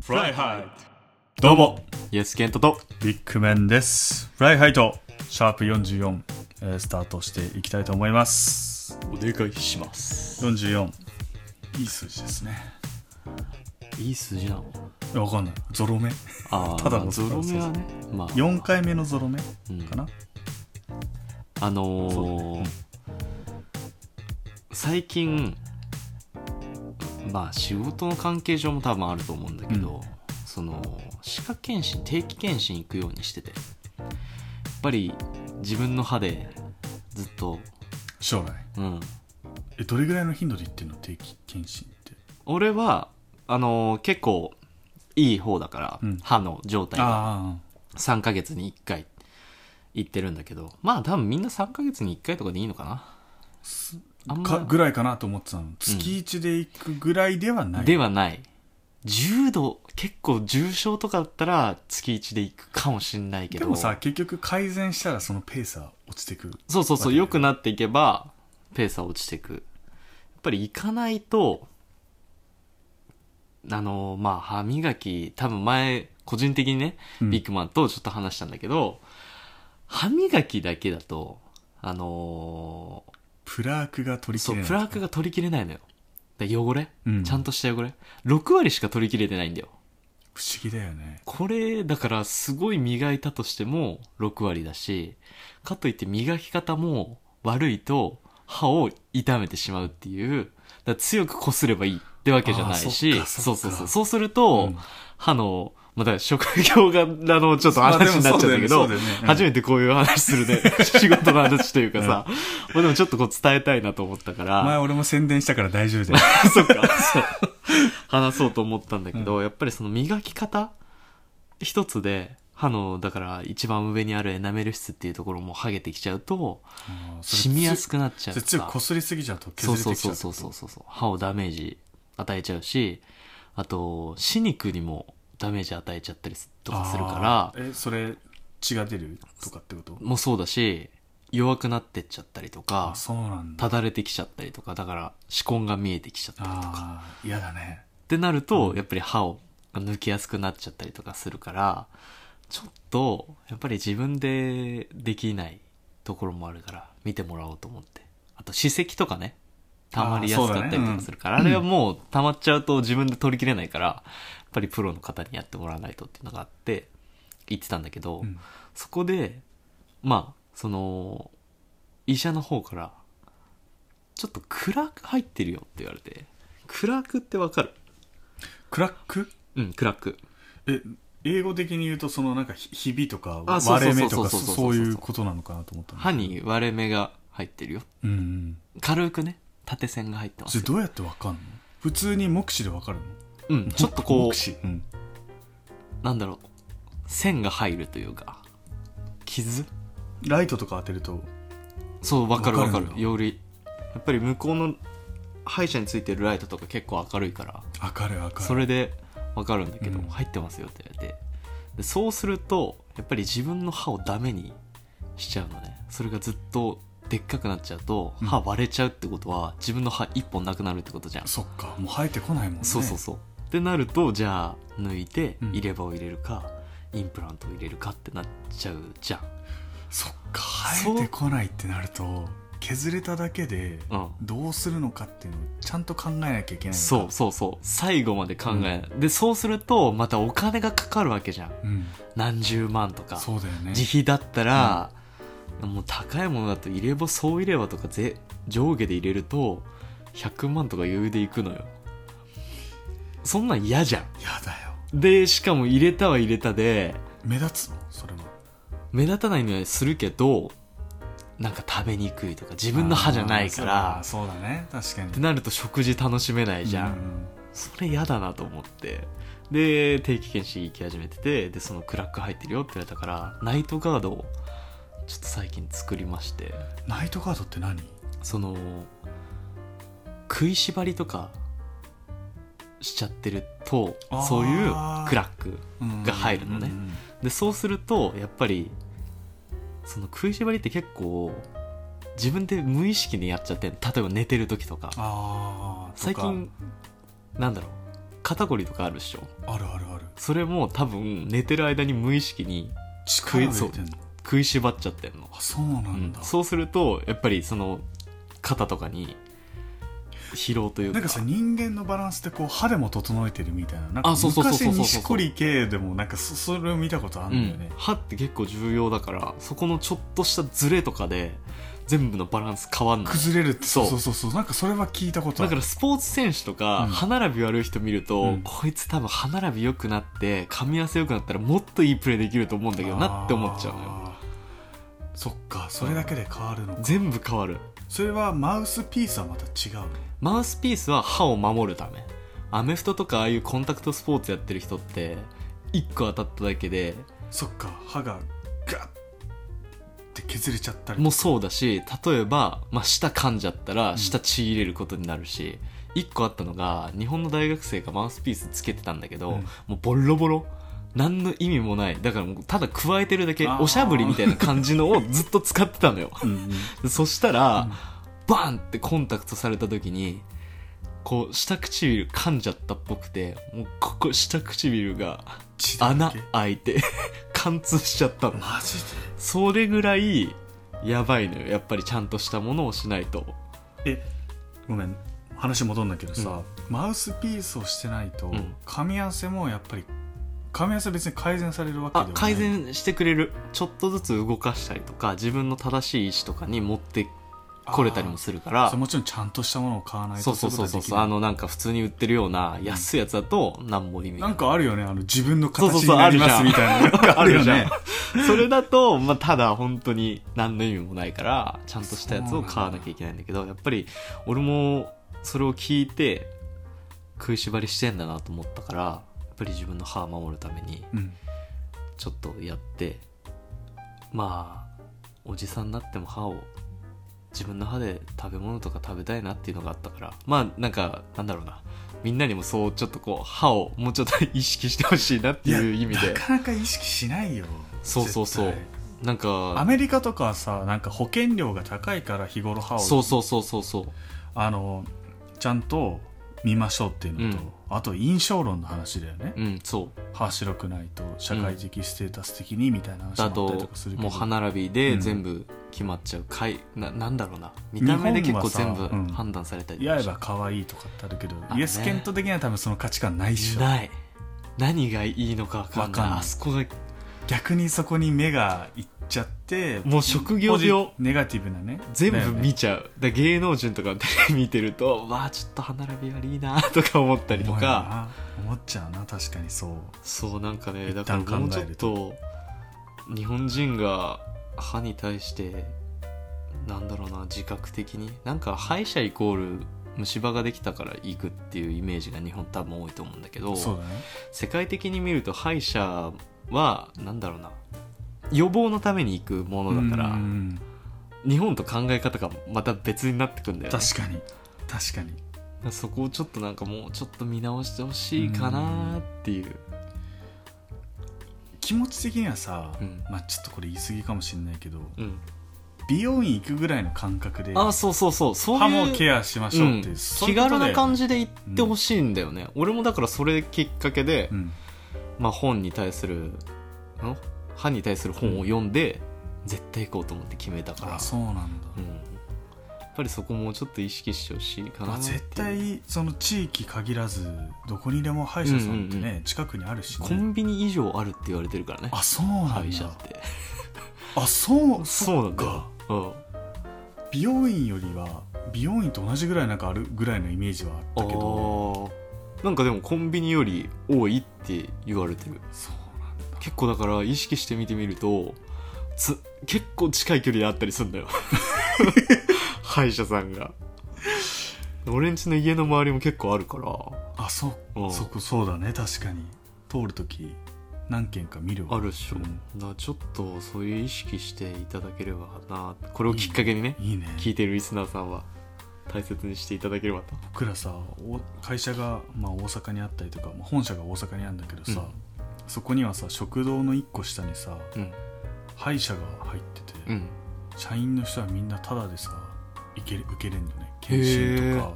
フライハイどうもイエスケントとビッグメンですフライハイとシャープ44、えースタートしていきたいと思いますお願いします44いい数字ですねいい数字なのいやわかんないゾロ目ああただのゾロ目はねまあ4回目のゾロ目かな、あのそうー最近まあ仕事の関係上も多分あると思うんだけど、その歯科検診定期検診行くようにしててやっぱり自分の歯でずっと将来うんえどれぐらいの頻度で行ってんの定期検診って俺はあのー結構いい方だから、うん歯の状態がああ3ヶ月に1回行ってるんだけどまあ多分みんな3ヶ月に1回とかでいいのかなあんかまぐらいかなと思ってたの月1で行くぐらいではない、ではない重度結構重症とかだったら月1で行くかもしんないけでどもさ結局改善したらそのペースは落ちてくるそうそうそわうけだよ良くなっていけばペースは落ちてくやっぱり行かないとあのまあ歯磨き多分前個人的にねうんビッグマンとちょっと話したんだけど、歯磨きだけだとあのープラークが取り切それうないプラークが取りきれないのよで汚れ、うんちゃんとした汚れ6割しか取りきれてないんだよ不思議だよねこれだからすごい磨いたとしても6割だしかといって磨き方も悪いと歯を痛めてしまうっていうだから強くこすればいいってわけじゃないしあーそっかそっかうそうそうそうすると、うん歯のまあだから職業があのちょっと話になっちゃうんだけど、まあでもそうだよねそうだよねうん初めてこういう話す るね仕事の話というかさ、まあでもちょっとこう伝えたいなと思ったから前俺も宣伝したから大丈夫だよ そっか。話そうと思ったんだけど、やっぱりその磨き方一つで、歯の、だから一番上にあるエナメル質っていうところも剥げてきちゃうと、うんそれ染みやすくなっちゃうそれ強くこすりすぎちゃうとそ削れうそうてきちそゃううそうそうそう。歯をダメージ与えちゃうし、あと、歯肉にもダメージ与えちゃったりすとかするからあ、ーえそれ血が出るとかってこともうそうだし、弱くなってっちゃったりとあか、そうなんだただれてきちゃったりとか、だから歯根が見えてきちゃったりとか。ああ嫌だねってなると、うんやっぱり歯を抜きやすくなっちゃったりとかするからちょっとやっぱり自分でできないところもあるから見てもらおうと思ってあと歯石とかねたまりやすかったりとかするからあ,、あーそうだねれはもうたまっちゃうと自分で取りきれないからやっぱりプロの方にやってもらわないとっていうのがあって言ってたんだけど、うんそこでまあその医者の方からちょっとクラーク入ってるよって言われてクラークってわかるクラックうん、クラック。え英語的に言うとそのなんかひひびとかあそう割そうれそ目とうそうかそうそうそういうことなのかなと思ったの歯に割れ目が入ってるよ。うんうん軽くね、縦線が入ってまそすれよ。どうやってわかんの普通に目視でわかるのうん、ちょっとこ目視うんう、なんだろう、線が入るというか、傷ライトとか当てるとそう、わかるわわかかるる。より、やっぱり向こうの歯医者についてるライトとか結構明るいから、明るい明るいそれでわかるんだけど、うん入ってますよって言われて。でそうすると、やっぱり自分の歯をダメにしちゃうのね。それがずっと、でっかくなっちゃうと、うん歯割れちゃうってことは、自分の歯一本なくなるってことじゃん。そっかもう生えてこないもんねそうそうそう。ってなるとじゃあ抜いてうん入れ歯を入れるか、インプラントを入れるかってなっちゃうじゃん。そっか生えてこないってなると削れただけでうんどうするのかっていうのをちゃんと考えなきゃいけないのかそうそうそう最後まで考えない、でそうするとまたお金がかかるわけじゃんうん、何十万とかそうだよね自費だったら、もう高いものだと入れ歯総入れ歯とかぜ上下で入れると100万とか余裕でいくのよそんなん嫌じゃやだよんでしかも入れたは入れたで目立つのそれは目立たないにはするけどなんか食べにくいとか自分の歯じゃないかあーらっそうだね確かにてなると食事楽しめないじゃん、うんそれ嫌だなと思ってで定期検診行き始めててでそのクラック入ってるよって言われたからナイトガードをちょっと最近作りましてナイトガードって何その食いしばりとかしちゃってるとあーそういうクラックが入るのねうんうんでそうするとやっぱりその食いしばりって結構自分で無意識にやっちゃってん例えば寝てる時とかああ最近なんだろう肩こりとかあるっしょあるあるあるそれも多分寝てる間に無意識に力入れてんの食いしばっちゃってんのあそうなんだ、そうするとやっぱりその肩とかに疲労というかなんかさ人間のバランスってこう歯でも整えてるみたいななんかあそうそうそうそう昔そうそう錦織圭でもなんかそそれを見たことあうるんだよんね、、歯って結構重要だからそこのちょっとしたズレとかで全部のバランス変わんない崩れるってそそううそうそうそうなんかそれは聞いたことあだるからスポーツ選手とかうん歯並び悪い人見ると、うんこいつ多分歯並び良くなって噛み合わせ良くなったらもっといいプレーできると思うんだけどなって思っちゃうのよあーそっかそれだけで変わるのか全部変わるそれはマウスピースはまた違うのマウスピースは歯を守るためアメフトとかああいうコンタクトスポーツやってる人って1個当たっただけでそっか歯がガッって削れちゃったりもそうだし例えば、まあ、舌噛んじゃったら舌ちぎれることになるし、1個あったのが日本の大学生がマウスピースつけてたんだけど、うんもうボロボロ何の意味もないだからもうただ加えてるだけあーおしゃぶりみたいな感じのをずっと使ってたのようんうんそしたら、バンってコンタクトされた時にこう下唇噛んじゃったっぽくてもうここ下唇が血だら穴け開いて 貫通しちゃったのマジそれぐらいやばいのよやっぱりちゃんとしたものをしないとでえごめん話戻んだけどさ、マウスピースをしてないと、うん噛み合わせもやっぱり噛み合わせ別に改善されるわけではあない改善してくれるちょっとずつ動かしたりとか自分の正しい位置とかに持ってこれたりもするからそうもちろんちゃんとしたものを買わないそとうそうそうそういことあはできないのなんか普通に売ってるような安いやつだと何も意味がななんいかあるよねあの自分のそうそう形そうになりますみたいななんかあるよじゃんねそれだと、まあ、ただ本当に何の意味もないからちゃんとしたやつを買わなきゃいけないんだけどやっぱり俺もそれを聞いて食いしばりしてんだなと思ったからやっぱり自分の歯を守るためにうんちょっとやってまあおじさんになっても歯を自分の歯で食べ物とか食べたいなっていうのがあったからまあなんかなんだろうなみんなにもそうちょっとこう歯をもうちょっと意識してほしいなっていう意味でなかなか意識しないよそうそうそう絶対なんアかメリカとかはさなんか保険料が高いから日頃歯をそうそうそうそうそうあのちゃんと見ましょうっていうのと、うんあと印象論の話だよね、うんそ歯白くないと社会的ステータス的にみたいなう話もあだったりととかするけもどう歯並びでうん全部決まっちゃう、かいななんだろうな見た目で結日構本全は部さうん判断されたりとやかれしば可愛いとかってあるけどあねイエスケント的には多分その価値観ないっしょない何がいいのか分かんなわいかんないあそこが逆にそこに目がいっちゃってもう職業病ポジネガティブなね全だよ部ね見ちゃう、だから芸能人とかのテレビ見てるとわあちょっと歯並び悪いなとか思ったりと思うよかな思っちゃうな確かにそうそうなんかね一だから旦考えるともうちょっと日本人が歯に対してなんだろうな自覚的になんか歯医者イコール虫歯ができたから行くっていうイメージが日本多分多いと思うんだけどそうだね世界的に見ると歯医者はなんだろうな予防のために行くものだから、うん日本と考え方がまた別になってくんだよね確かに確かにそこをちょっとなんかもうちょっと見直してほしいかなっていう気持ち的にはさ、うんまあちょっとこれ言い過ぎかもしれないけどうん、美容院行くぐらいの感覚であそうそうそうそういう歯もケアしましょうって、うんそうい気うこと軽だよねな感じで言ってほしいんだよね、俺もだからそれきっかけで、うんまあ、本に対するん歯に対する本を読んで、絶対行こうと思って決めたからあそうなんだ、うん、やっぱりそこもうちょっと意識してほしいかなまっあ、ていう絶対その地域限らずどこにでも歯医者さんってね、うんうん近くにあるし、コね、ンビニ以上あるって言われてるからねあそうなんだ歯医者ってあそうそうなんだそっかよ、うん、美容院よりは美容院と同じぐらいなんかあるぐらいのイメージはあったけどあーなんかでもコンビニより多いって言われてるそうなんだ結構だから意識して見てみるとつ結構近い距離であったりするんだよ 歯医者さんが俺んちの家の周りも結構あるからあそうんそこそうだね確かに通るとき何軒か見るわあるっしょ、うんだからちょっとそういう意識していただければなこれをきっかけにねいいね聞いてるリスナーさんは大切にしていただければと僕らさお会社が、まあ、大阪にあったりとか、まあ、本社が大阪にあるんだけどさ、うんそこにはさ食堂の1個下にさうん歯医者が入ってて、うん社員の人はみんなタダでさいける受けれんのねへ検ー診とか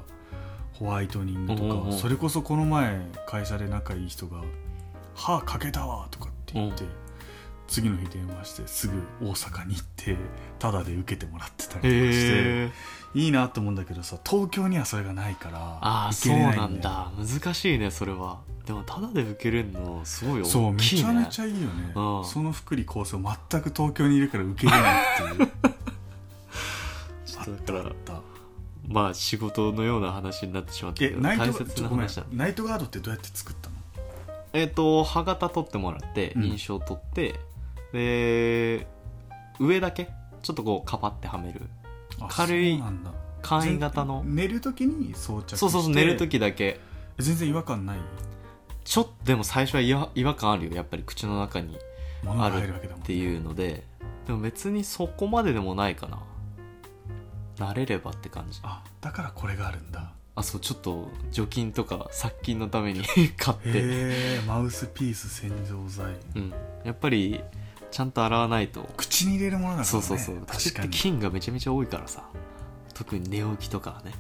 ホワイトニングとか、うんうんうんそれこそこの前会社で仲いい人が歯かけたわ」とかって言って、うん次の日電話してすぐ大阪に行ってタダで受けてもらってたりとかしてへえいいなと思うんだけどさ東京にはそれがないからああ行そけうれないなんだ難しいねそれはでもただで受けれるのすごいそう大めきちいゃねめちゃいいよね、うんその福利厚生全く東京にいるから受け入れ ないっていうちょあっっとだたあっからたまあ仕事のような話になってしまったけえどナイ大トち切ょなごめん話だナイトガードってどうやって作ったのえっ、と歯型取ってもらってうん印象取って、で上だけちょっとこうカパってはめるあ軽いそうなんだ簡易型の寝る時に装着してそうそうそう寝る時だけ全然違和感ないちょっとでも最初は違和違和感あるよやっぱり口の中にものあが入るるわけだもんっていうのででも別にそこまででもないかな慣れればって感じあだからこれがあるんだあそうちょっと除菌とか殺菌のために 買って、へえマウスピース洗浄剤うん、やっぱりちゃんと洗わないと口に入れるものだからねそうそうそう口っ確かてに菌がめちゃめちゃ多いからさ特に寝起きとかはね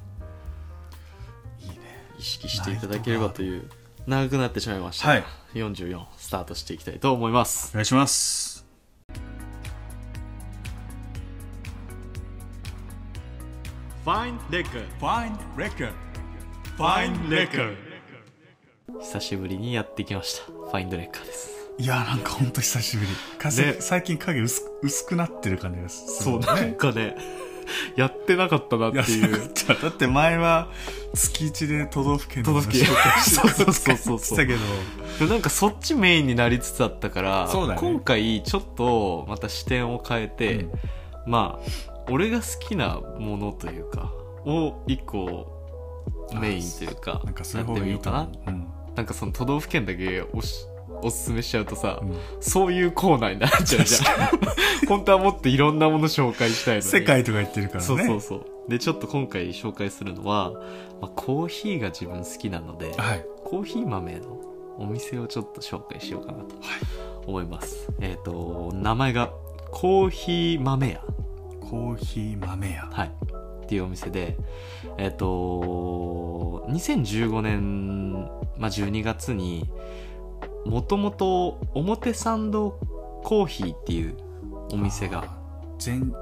いいね意識していただければという長くなってしまいました、はい44スタートしていきたいと思いますお願いしますファインレッカーファインレッカー久しぶりにやってきましたファインドレッカーですいやなんかほんと久しぶり風ね最近影薄く薄くなってる感じがするなんかね やってなかったなっいやてそういいううことだだって前は月一で都道府県の話都道府県を紹介してくれそうそうそうそうたけどでなんかそっちメインになりつつあったから、そうだね今回ちょっとまた視点を変えて、まあ俺が好きなものというかを一個メインというかなんかそういう方がいいかやなってみようなんかその都道府県だけおしおすすめしちゃうとさ、うんうんそういうコーナーになっちゃうじゃん本当はもっといろんなもの紹介したいのに世界とか言ってるからねそうそうそうでちょっと今回紹介するのは、まあ、コーヒーが自分好きなのではいコーヒー豆のお店をちょっと紹介しようかなと思います、えっ、と名前がコーヒー豆屋コーヒー豆屋はいっていうお店でえっ、と2015年、まあ、12月にもともと表参道コーヒーっていうお店が全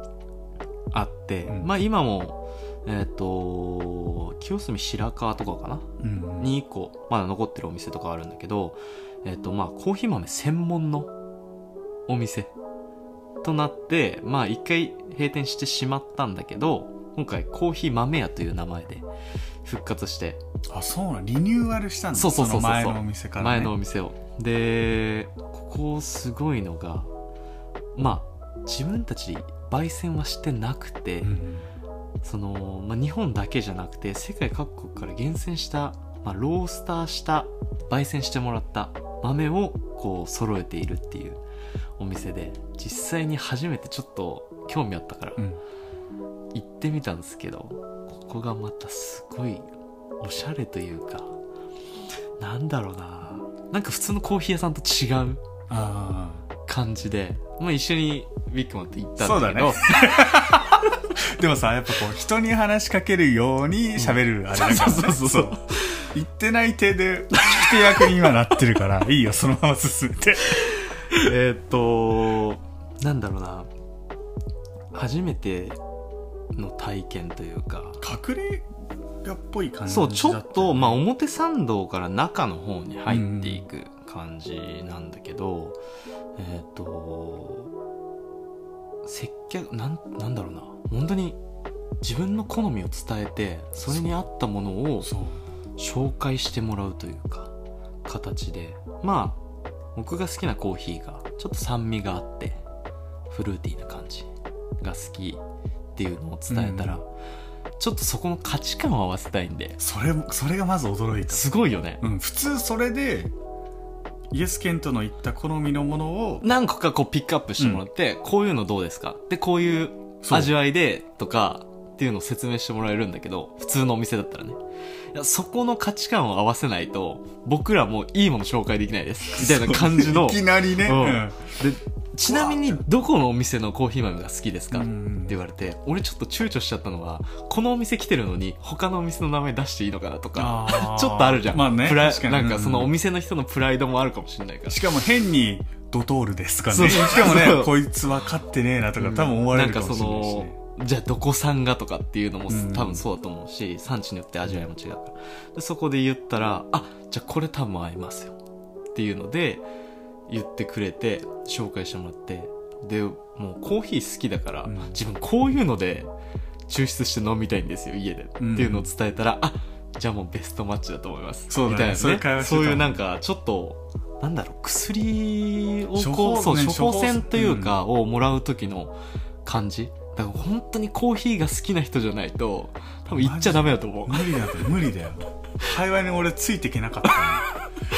あってうんまあ今もえっ、と清澄白河とかかなうんに1個まだ残ってるお店とかあるんだけど、えっとまあ、コーヒー豆専門のお店となってまあ一回閉店してしまったんだけど今回コーヒー豆屋という名前で復活してあそうなんリニューアルしたんだそうそうそうそうの前のお店からね前のお店を、でここすごいのがまあ自分たち焙煎はしてなくて、うんその、まあ、日本だけじゃなくて世界各国から厳選した、まあ、ロースターした焙煎してもらった豆をこう揃えているっていうお店で実際に初めてちょっと興味あったからうん行ってみたんですけど、ここがまたすごいおしゃれというかなんだろうななんか普通のコーヒー屋さんと違うあ感じで、まあ、一緒にビッグマンと行ったそんうだだけねどーでもさやっぱこう人に話しかけるように喋るあれだからねそうそうそうそう言ってない手で聞き手役に今なってるからいいよそのまま進めてえーっとなんだろうな初めての体験というか隠れ家っぽい感じだそっうたちょっと、まあ、表参道から中の方に入っていく感じなんだけど、えーっと接客なんなんだろうな本当に自分の好みを伝えてそれに合ったものをそう紹介してもらうというか形でまあ僕が好きなコーヒーがちょっと酸味があってフルーティーな感じが好きっていうのを伝えたら、うちょっとそこの価値観を合わせたいんでそれもそれがまず驚いた、すごいよねうん、普通それでイエス・ケントの言った好みのものを何個かこうピックアップしてもらって、こういうのどうですかでこういう味わいでとかっていうのを説明してもらえるんだけど普通のお店だったらねいやそこの価値観を合わせないと僕らもいいもの紹介できないですみたいな感じのいきなりね、うんうんでちなみにどこのお店のコーヒー豆が好きですか、うってん言われて俺ちょっと躊躇しちゃったのはこのお店来てるのに他のお店の名前出していいのかなとかあーちょっとあるじゃん、まあねプライ確かになんかそのお店の人のプライドもあるかもしれないからしかも変にドトールですかねそうそうしかもそねうこいつ分かってねえなとかうん多分思われるかもしれないし、ねんかそのじゃあどこさんがとかっていうのもうん多分そうだと思うし、産地によって味わいも違うからでそこで言ったら「あじゃあこれ多分合いますよ」っていうので言ってくれて紹介してもらってでもうコーヒー好きだから、うん自分こういうので抽出して飲みたいんですよ家で、うんっていうのを伝えたら「あじゃあもうベストマッチだと思います」そうだねみたいな、ね、そういう会話してたそういうなんかちょっとなんだろう薬を処こ方うそうね処処方方箋というかをもらう時の感じだから本当にコーヒーが好きな人じゃないと多分行っちゃダメだと思う無理だよ無理だよ会話に俺ついていけなかったの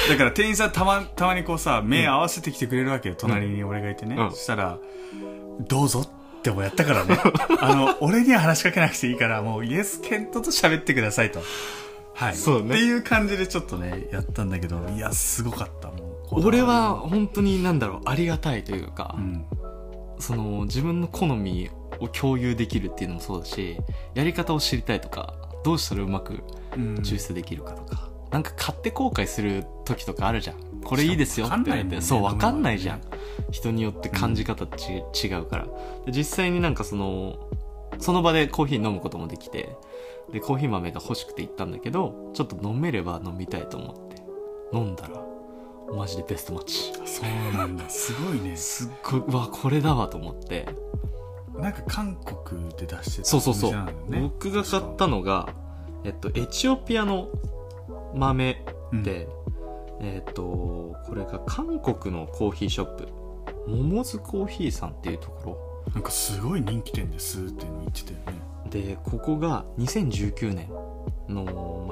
だから店員さんたまたまにこうさ目合わせてきてくれるわけよ、隣に俺がいてね、うんそしたら「どうぞ」ってもやったからねあの俺には話しかけなくていいからもうイエスケントと喋ってくださいとはいそうねっていう感じでちょっとねやったんだけどいやすごかったもうこだわり俺は本当になんだろうありがたいというか、うんその自分の好みを共有できるっていうのもそうだしやり方を知りたいとかどうしたらうまくうん抽出できるかとか、なんか買って後悔する時とかあるじゃんこれいいですよって言われてしかそうもわ分かかんんなないもんいねじゃん人によって感じ方ち、違うからで実際になんかそのその場でコーヒー飲むこともできてでコーヒー豆が欲しくて行ったんだけどちょっと飲めれば飲みたいと思って飲んだらマジでベストマッチそうなんだすごいねすっごいうわこれだわと思ってなんか韓国で出してたそうそうそお店なうんだよ、ね僕が買ったのが、えっと、エチオピアの豆で、えっとこれが韓国のコーヒーショップモモズコーヒーさんっていうとこなんかすごい人気店ですっていうの言ってたよねろでここが2019年の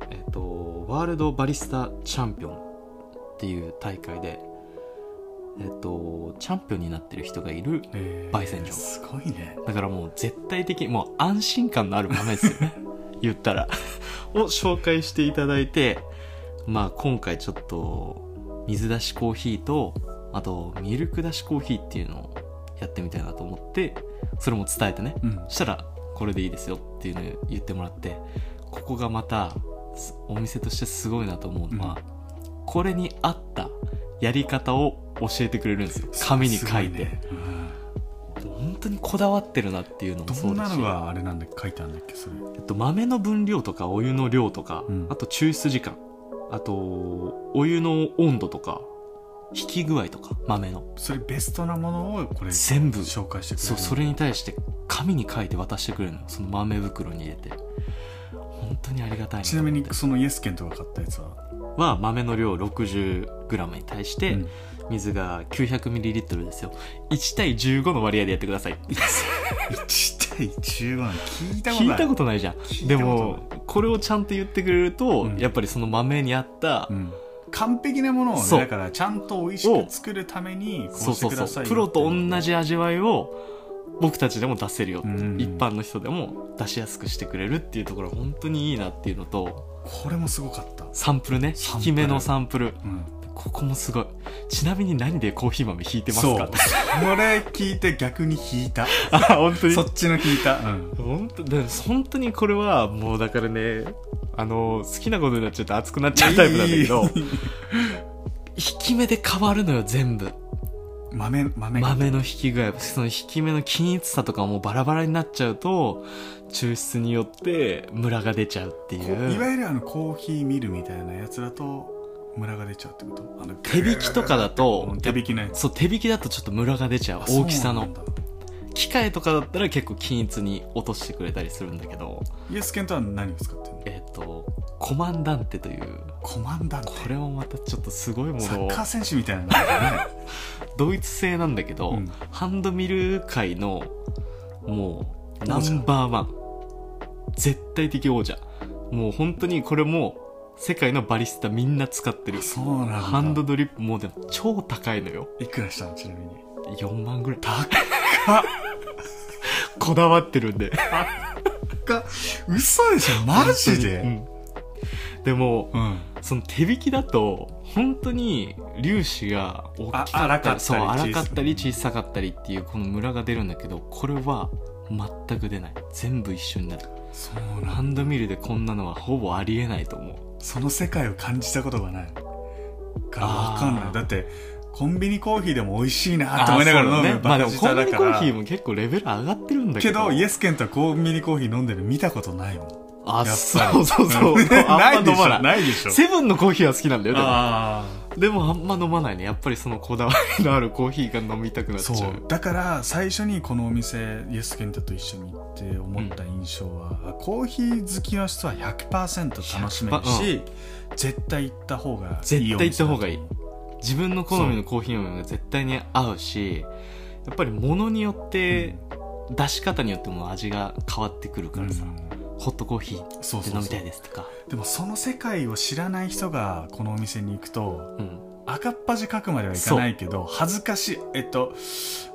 まあえっとワールドバリスタチャンピオンっていう大会でえっとチャンピオンになってる人がいるえ焙煎所すごいねだからもう絶対的にもう安心感のある豆ですよ ね言ったらを紹介していただいてまあ今回ちょっと水出しコーヒーとあとミルク出しコーヒーっていうのをやってみたいなと思ってそれも伝えてねうんそしたらこれでいいですよっていうのを言ってもらってここがまたすお店としてすごいなと思うのは、これに合ったやり方を教えてくれるんですよ紙に書いて、すごいね本当にこだわってるなっていうのうもんそどうんだなしのがあれなんだっけ書いてあるんだっけそれえっと、豆の分量とかお湯の量とか、うんあと抽出時間あとお湯の温度とか引き具合とか豆のそれベストなものをこれ全部紹介してくれるそうそれに対して紙に書いて渡してくれるのよその豆袋に入れて本当にありがたいちなみにそのイエスケンとか買ったやつは、は豆の量 60g に対して、うん水が 900ml ですよ1対15の割合でやってください1対15なんて聞いたこと聞ないいたことないじゃん聞いでたことないもこれをちゃんと言ってくれると、うんやっぱりその豆に合った、うん完璧なものをねそうだからちゃんと美味しく作るためにこそううしてそうくださそいうよプロと同じ味わいを僕たちでも出せるよって、うん一般の人でも出しやすくしてくれるっていうところが本当にいいなっていうのとこれもすごかった、サンプルねサンプル引き目のサンプルうん、ここもすごいちなみに何でコーヒー豆引いてますそかうそれ聞いて逆に引いたあ 本当にそっちの聞いた、うん本当で本当にこれはもうだからねあの好きなことになっちゃうと熱くなっちゃうタイプなんだけど引き目で変わるのよ全部豆豆が豆の引き具合その引き目の均一さとかもバラバラになっちゃうと抽出によってムラが出ちゃうっていこういわうゆるあのコーヒーミルみたいなやつだとムラが出ちゃうってことあの手引きとかだとうん手引きのやつそう手引きだとちょっとムラが出ちゃうあ大きさそうのなんだ機械とかだったら結構均一に落としてくれたりするんだけどイエスケントは何を使ってるのえっ、とコマンダンテというコマンダンテこれもまたちょっとすごいもサのッをカー選手みたいなのだ ねドイツ製なんだけど、うんハンドミル界のもうナ王者ンバーワン絶対的王者もう本当にこれも世界のバリスタみんな使ってるそうなんだハンドドリップもうでも超高いのよいくらしたのちなみに4万ぐらい高っ こだわってるんでが嘘でしょマジうでんでもうんその手引きだと本当に粒子が大きあか荒っかったりたりそう小さ荒かったり小さかったりっていうこのムラが出るんだけどこれは全く出ない全部一緒になるそうなハンドミルでこんなのはほぼありえないと思うその世界を感じたことがないからあーわかんないだってコンビニコーヒーでも美味しいなあと思いながら飲む、そうねまあでもコンビニコーヒーもも結構レベル上がってるんだけけどどイエスケンとはコンビニコーヒー飲んでるの見たことないもんあやっぱりそうそうそう なあいんでまし飲まょないないでしょセブンのコーヒーは好きなんだよでもあでもあんま飲まないねやっぱりそのこだわりのあるコーヒーが飲みたくなあっちそうゃうだから最初にこのお店イエスケンタと一緒に行って思った印象は、コーヒー好きの人は100%楽しめるし、絶対行った方がいいお店だと思う絶対行った方がいい自分の好みのコーヒー豆が絶対に合うしやっぱり物によって、出し方によっても味が変わってくるからさ、うんホットコーヒーっそうてそう飲みそたういですとかでもその世界を知らない人がこのお店に行くとうん赤っ恥書くまではいかないけど恥ずかしいえっと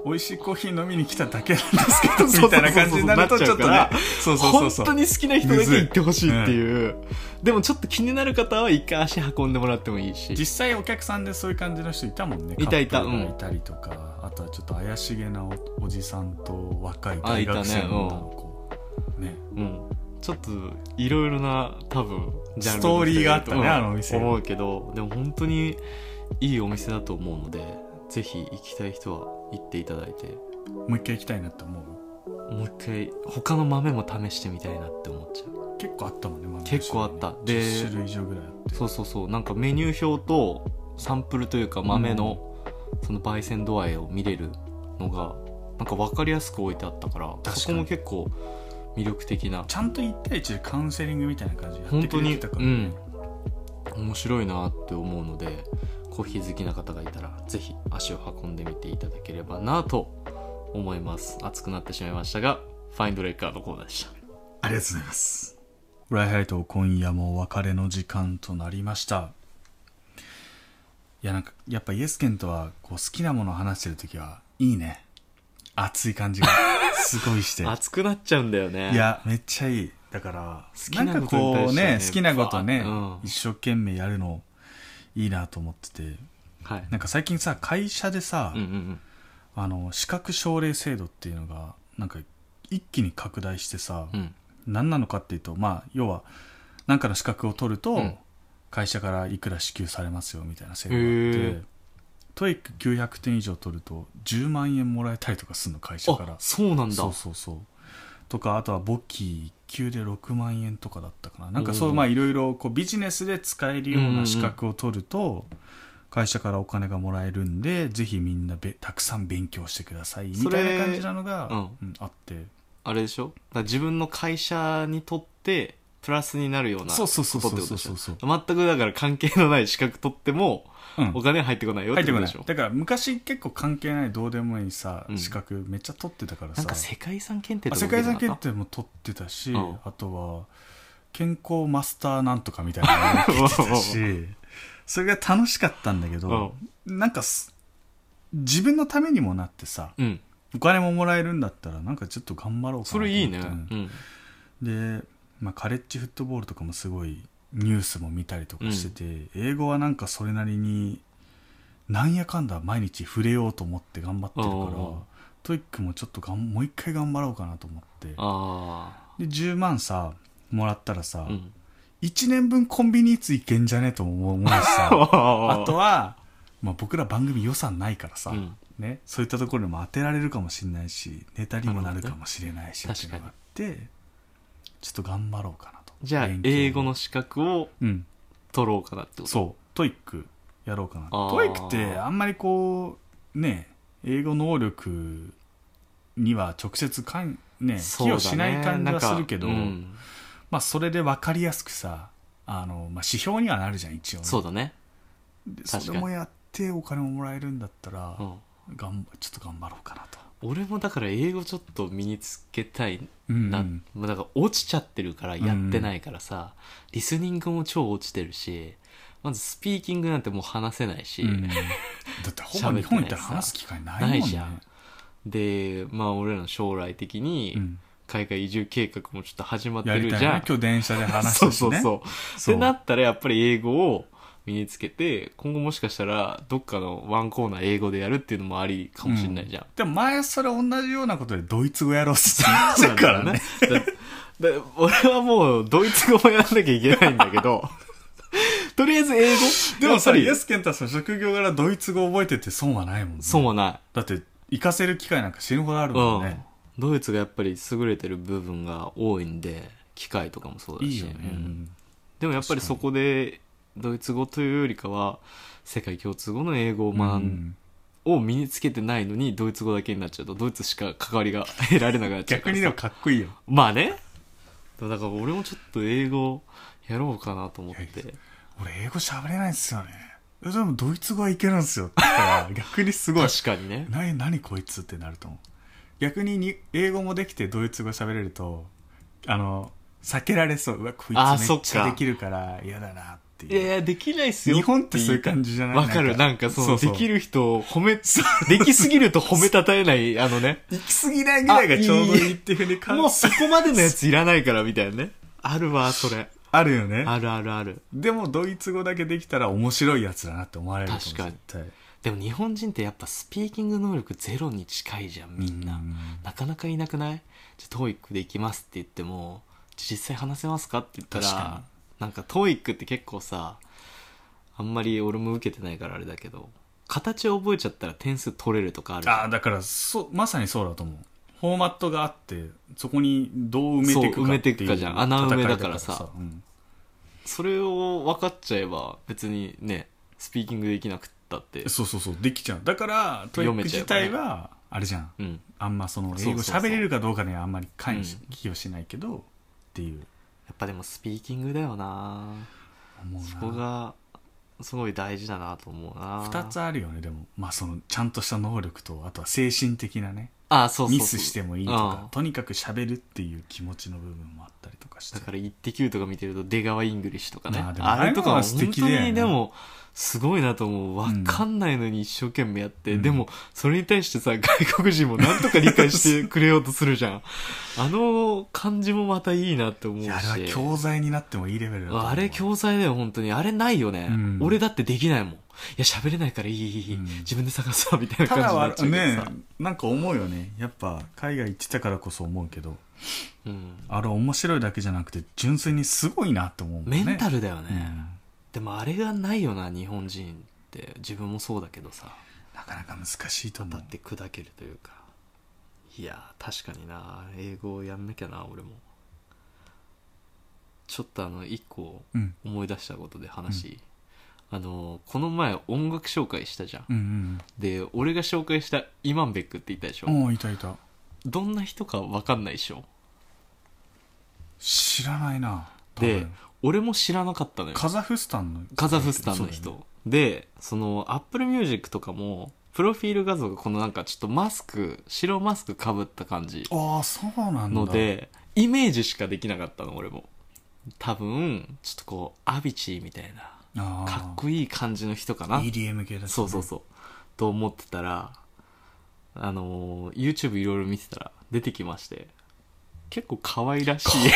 美味しいコーヒー飲みに来ただけなんですけそどうそうそうみたいな感じになるとなっちちょゃっうとかねらそうそうそう本そう当に好きな人だけ行ってほしいっていう、でもちょっと気になる方は一回足運んでもらってもいいし実際お客さんでそういう感じの人いたもんねいたいたカップルがうんいたりとか、あとはちょっと怪しげなおおじさんと若いあ大いたね学生の女の子ねうん、ちょっといろいろな多分ジャンルストーリーがあったねうんあのお店思うけどでも本当にいいお店だと思うのでぜひ行きたい人は行っていただいてもう一回行きたいなって思うもう一回他の豆も試してみたいなって思っちゃう結構あったもんね、まあ結構あったで10種類以上ぐらいあってそうそうそうなんかメニュー表とサンプルというか豆のその焙煎度合いを見れるのがなんか分かりやすく置いてあったからかにそこも結構魅力的なちゃんと1対1でカウンセリングみたいな感じでやっ本て当くれに、てたかうら、ねん、面白いなって思うのでコーヒー好きな方がいたらぜひ足を運んでみていただければなと思います熱くなってしまいましたがファインドレイカーのコーナーでしたありがとうございますライハイと今夜もお別れの時間となりましたいやなんかやっぱイエスケンとはこう好きなものを話してる時はいいね熱い感じがすごい して熱くなっちゃうんだよねいやめっちゃいいだから好きななんかことに対こうしてはねね好きなことね、うん一生懸命やるのいいなと思っててはいなんか最近さ会社でさ、うんうんうんあの資格奨励制度っていうのがなんか一気に拡大してさ、うん何なのかっていうと、まあ、要は何かの資格を取ると、うん会社からいくら支給されますよみたいな制度があっへてトイック900点以上取ると10万円もらえたりとかするの会社かあらそうなんだそうそうそうとかあとは簿記1級で6万円とかだったかななんかおーそうまあいろいろこうビジネスで使えるよううんうんうなん資格を取ると会社からお金がもらえるんでぜひみんなべたくさん勉強してくださいみそれたいな感じなのが、うんうんあってあれでしょだから自分の会社にとってプラスになるようなそうそうそうことそっうてこそとうでしそょうそう全くだから関係のない資格取ってもうんお金入ってこないよっ入てってことこなでいしょだから昔結構関係ないどうでもいいさ、うん資格めっちゃ取ってたからさなんか世界遺産検定あとか世受界け遺てな産かった検定も取ってたし、うんあとは健康マスターなんとかみたいなのも受けてたしそれが楽しかったんだけど、なんかす自分のためにもなってさうんお金ももらえるんだったらなんかちょっと頑張ろうかなとそ思っれていいね、うんうんで、まあ、カレッジフットボールとかもすごいニュースも見たりとかしてて、英語はなんかそれなりになんやかんだ毎日触れようと思って頑張ってるからおうおうトイックもちょっとがんもう一回頑張ろうかなと思ってあで10万さもらったらさ、あ、うん、 1年分コンビニいつ行けんじゃねえとも思うしさあ あとは、まあ、僕ら番組予算ないからさ、うんね、そういったところにも当てられるかもしれないしネタにもなるかもしれないしなっるてほいうどねのがあってちょっと頑張ろうかなとじゃあ勉強英語の資格をうん取ろうかなってことそうトイックやろうかなあートイックってあんまりこうね英語能力には直接かん、ね、そ寄うだね与しない感じはするけど、なんかうんまあ、それで分かりやすくさあの、まあ、指標にはなるじゃん一応ね、そうだね、で確かにそれもやってお金ももらえるんだったら、うん、がんちょっと頑張ろうかなと。俺もだから英語ちょっと身につけたいうんな、もうだから落ちちゃってるからやってないからさ、リスニングも超落ちてるしまずスピーキングなんてもう話せないし、うんだってほぼ日本行ったら話す機会ないもんなねいじゃんでまあ俺らの将来的うにん海外移住計画もちょっと始まってやりるじたゃいん、ね今日電車で話しそたうしそねうそう。そうってなったらやっぱり英語を身につけて今後もしかしたらどっかのワンコーナー英語でやるっていうのもありかもしれないじゃん、でも前それ同じようなことでドイツ語やろうって言ってたからねだ。だ俺はもうドイツ語もやらなきゃいけないんだ けど、とりあえず英語でもさ、やっイぱエりスケンタさん職業柄ドイツ語覚えてて損はないもんね。損はない。だって、行かせる機会なんか死ぬほどあるうもんん、ね。ドイツがやっぱり優れてる部分が多いんで、機械とかもそうだし。いいよね。うんでもやっぱりそこで、ドイツ語というよりかは、世界共通語の英語をうん学ん、を身につけてないのに、ドイツ語だけになっちゃうと、ドイツしか関わりが得られなくなっちゃう逆からにさでもかっこいいよ。まあね。だから俺もちょっと英語やろうかなと思っいやて。俺英語喋れないんすよね。えでもドイツ語はいけるんすよって言った ら、逆にすごい。確かにね。な、何こいつってなると思う。逆にに英語もできてドイツ語喋れると、あの、避けられそう。うわ、こいあーつめっちそっゃかできるから嫌だなっていやいいう。や、できないっすよ。日本ってそういう感じじゃないわかる。なんか、その、できる人を褒め、できすぎると褒めたたえない、あのね。行き過ぎないぐらいがちょうどいいっていうふうに感もうじそこまでのやついらないから、みたいなね。あるわ、それ。あるよねあるあるある。でもドイツ語だけできたら面白いやつだなって思われると思う確かに絶対でも日本人ってやっぱスピーキング能力ゼロに近いじゃん、みんな。うんなかなかいなくないじゃあ、トーイックで行きますって言っても、実際話せますかって言った確らか、なんかトーイックって結構さ、あんまり俺も受けてないからあれだけど、形を覚えちゃったら点数取れるとかあるじゃんああだからそうまさにそうだと思うフォーマットがあってそこにどう埋めていくかそう埋めていくかじゃん穴埋めだからさ戦いうんそれを分かっちゃえば別にねスピーキングできなくったってそうそうそうできちゃうだからトイ読ックめちゃ自えばね体はあれじゃんうんあんまそのそ英う語そうそう喋れるかどうかにはあんまり関しうん寄与しないけどっていうやっぱでもスピーキングだよな思うなそこがすごい大事だなと思うな2つあるよねでもまあそのちゃんとした能力とあとは精神的なねあそうそうそうミスしてもいいとうかんとにかく喋るっていう気持ちの部分もあったりとかしてだから「イッテ Q!」とか見てると出川イングリッシュとかねまあでもあれとかはああいうのは素本敵当だよねにでもすごいなと思う分かんないのに一生懸命やって、うんでもそれに対してさ外国人もなんとか理解してくれようとする じゃんあの感じもまたいいなって思ういしやあれは教材になってもいいレベルだと思うあれ教材だよ、本当に。あれないよね。うん俺だってできないもん。いや、喋れないからいい、いい、いい。うん自分で探すわ、みたいなた感じだになっはちゃうけねどさ。なんか思うよねやっぱ海外行ってたからこそ思うけどうん。あれ面白いだけじゃなくて純粋にすごいなって思うもんメねンタルだよね。うんでもあれがないよな、日本人って。自分もそうだけどさ。なかなか難しいと思だうって砕けるというか。いやー、確かにな。英語をやんなきゃな、俺も。ちょっとあの、一個うん思い出したことで話。あの、この前音楽紹介したじゃん。うんで、俺が紹介したイマンベックって言ったでしょ。うんうんおーいたいたどんな人か分かんないでしょ知らないな多分で俺も知らなかったのよカザフスタンのカザフスタンのそうだよ人、ねでそのアップルミュージックとかもプロフィール画像がこのなんかちょっとマスク白マスクかぶった感じああそうなんだのでイメージしかできなかったの俺も多分ちょっとこうアビチーみたいなあーかっこいい感じの人かな EDM 系だしねそうそうそうと思ってたらあのー YouTube いろいろ見てたら出てきまして結構可愛らしい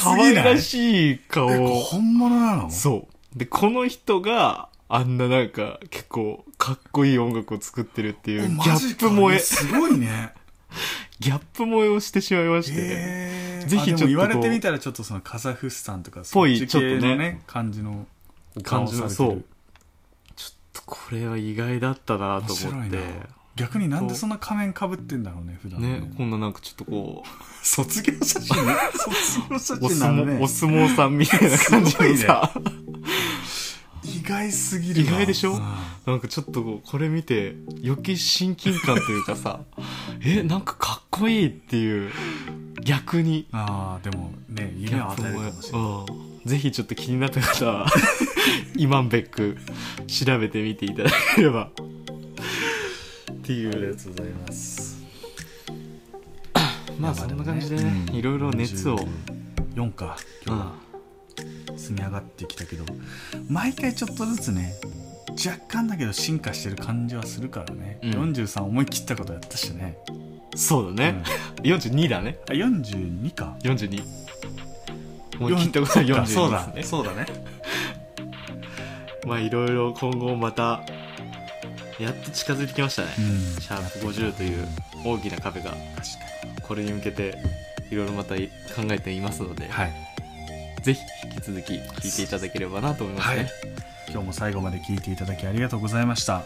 可愛らいしい顔本物なの そうでこの人があんななんか結構かっこいい音楽を作ってるっていうおギマャジッかプ萌えすごいねギャップ萌えをして しまいまして、へえぜひちょっあでとも言われてみたらちょっとそのカザフスタンとかぽいそっち系のちょっとね感じの感じのそ顔をされうちょっとこれは意外だったなとてる思っ面て白いな逆になんでそんな仮面かぶってんだろうね普段ねこんななんかちょっとこ 卒業 写真ね卒業写うお真な相の撲ねお相撲さんみたいな感じのすごいねさ、意外すぎるわ意外でしょうんなんかちょっとこれ見て余計親近感というかさ えなんかかっこいいっていう逆にああでもね夢を与えるかもしれないうんぜひちょっと気になった方は イマンベック調べてみていただければっていうとうございますまあそんな感じでねうんいろいろ熱を、 4か今う日はん、積み上がってきたけど毎回ちょっとずつね若干だけど進化してる感じはするからね、うん43思い切ったことやったしね、そうだね、42だねうんあ42か42もう聞いたことは4 42そうだですねそうだね まあいろいろ今後またやっと近づいてきましたね、うんシャープ50という大きな壁が確かこれに向けていろいろまた考えていますので、にはいぜひ引き続き聞いていただければなと思いますね、はい今日も最後まで聞いていただきありがとうございました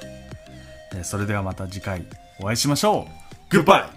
えーそれではまた次回お会いしましょうグッバイ